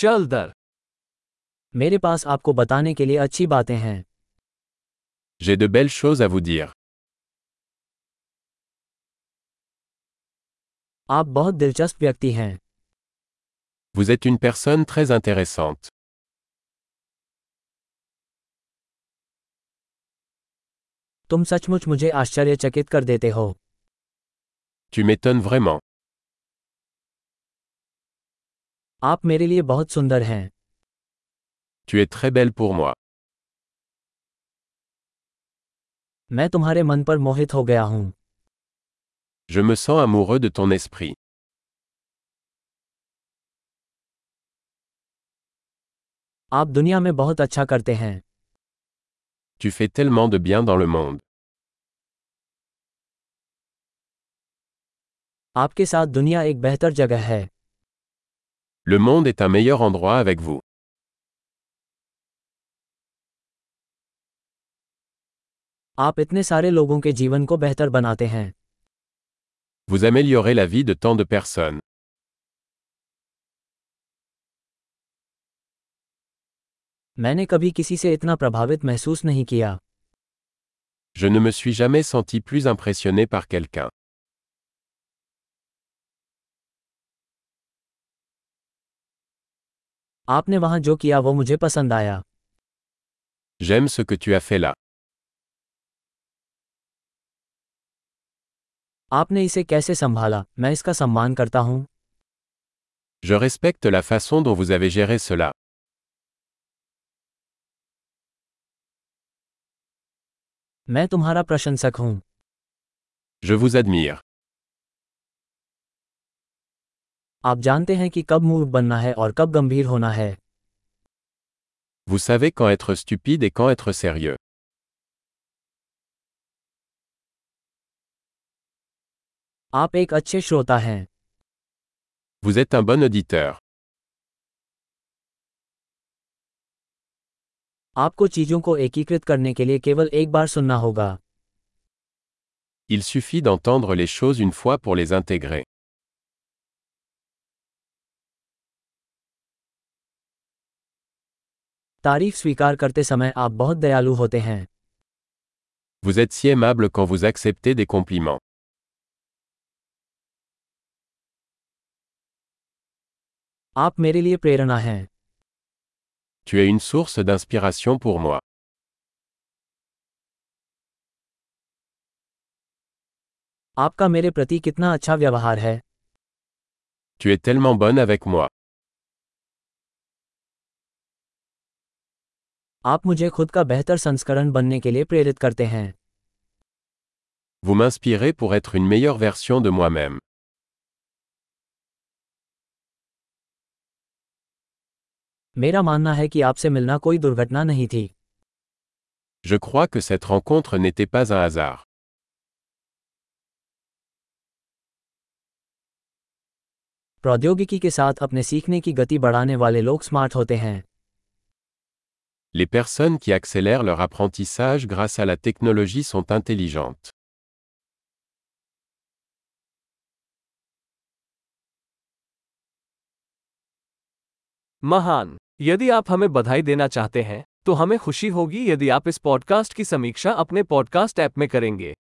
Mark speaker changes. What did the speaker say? Speaker 1: चल दर
Speaker 2: मेरे पास आपको बताने के लिए अच्छी बातें हैं
Speaker 3: J'ai de belles choses à vous dire.
Speaker 2: आप बहुत दिलचस्प व्यक्ति हैं
Speaker 3: Vous êtes une personne très intéressante.
Speaker 2: तुम सचमुच मुझे आश्चर्यचकित कर देते हो
Speaker 3: Tu m'étonnes vraiment.
Speaker 2: आप मेरे लिए बहुत सुंदर हैं
Speaker 3: Tu es très belle pour moi.
Speaker 2: मैं तुम्हारे मन पर मोहित हो गया हूँ
Speaker 3: Je me sens amoureux de ton esprit.
Speaker 2: आप दुनिया में बहुत अच्छा करते हैं
Speaker 3: Tu fais tellement de bien dans le monde.
Speaker 2: आपके साथ दुनिया एक बेहतर जगह है
Speaker 3: Le monde est un meilleur endroit avec vous.
Speaker 2: आप इतने सारे लोगों के जीवन को बेहतर बनाते हैं
Speaker 3: Vous améliorez la vie de tant de personnes.
Speaker 2: मैंने कभी किसी से इतना प्रभावित महसूस नहीं किया
Speaker 3: Je ne me suis jamais senti plus impressionné par quelqu'un.
Speaker 2: आपने वहाँ जो किया वो मुझे पसंद आया
Speaker 3: J'aime ce que tu as fait là.
Speaker 2: आपने इसे कैसे संभाला मैं इसका सम्मान करता हूँ
Speaker 3: Je respecte la façon dont vous avez géré cela.
Speaker 2: मैं तुम्हारा प्रशंसक हूँ
Speaker 3: Je vous admire.
Speaker 2: आप जानते हैं कि कब मूर्ख बनना है और कब गंभीर होना है
Speaker 3: Vous savez quand être stupide et quand être sérieux.
Speaker 2: आप एक अच्छे श्रोता हैं
Speaker 3: Vous êtes un bon auditeur.
Speaker 2: आपको चीजों को एकीकृत करने के लिए केवल एक बार सुनना होगा
Speaker 3: Il suffit d'entendre les choses une fois pour les intégrer.
Speaker 2: तारीफ स्वीकार करते समय आप बहुत दयालु होते हैं
Speaker 3: Vous êtes si aimable quand vous acceptez des compliments.
Speaker 2: आप मेरे लिए प्रेरणा हैं
Speaker 3: Tu es une source d'inspiration pour moi.
Speaker 2: आपका मेरे प्रति कितना अच्छा व्यवहार है
Speaker 3: Tu es tellement bonne avec moi.
Speaker 2: आप मुझे खुद का बेहतर संस्करण बनने के लिए प्रेरित करते हैं
Speaker 3: Vous m'inspirez pour être une meilleure version de moi-même.
Speaker 2: मेरा मानना है कि आपसे मिलना कोई दुर्घटना नहीं थी
Speaker 3: Je crois que cette rencontre n'était pas un hasard.
Speaker 2: प्रौद्योगिकी के साथ अपने सीखने की गति बढ़ाने वाले लोग स्मार्ट होते हैं
Speaker 3: Les personnes qui accélèrent leur apprentissage grâce à la technologie sont intelligentes.
Speaker 1: महान यदि आप हमें बधाई देना चाहते हैं तो हमें खुशी होगी यदि आप इस पॉडकास्ट की समीक्षा अपने पॉडकास्ट ऐप में करेंगे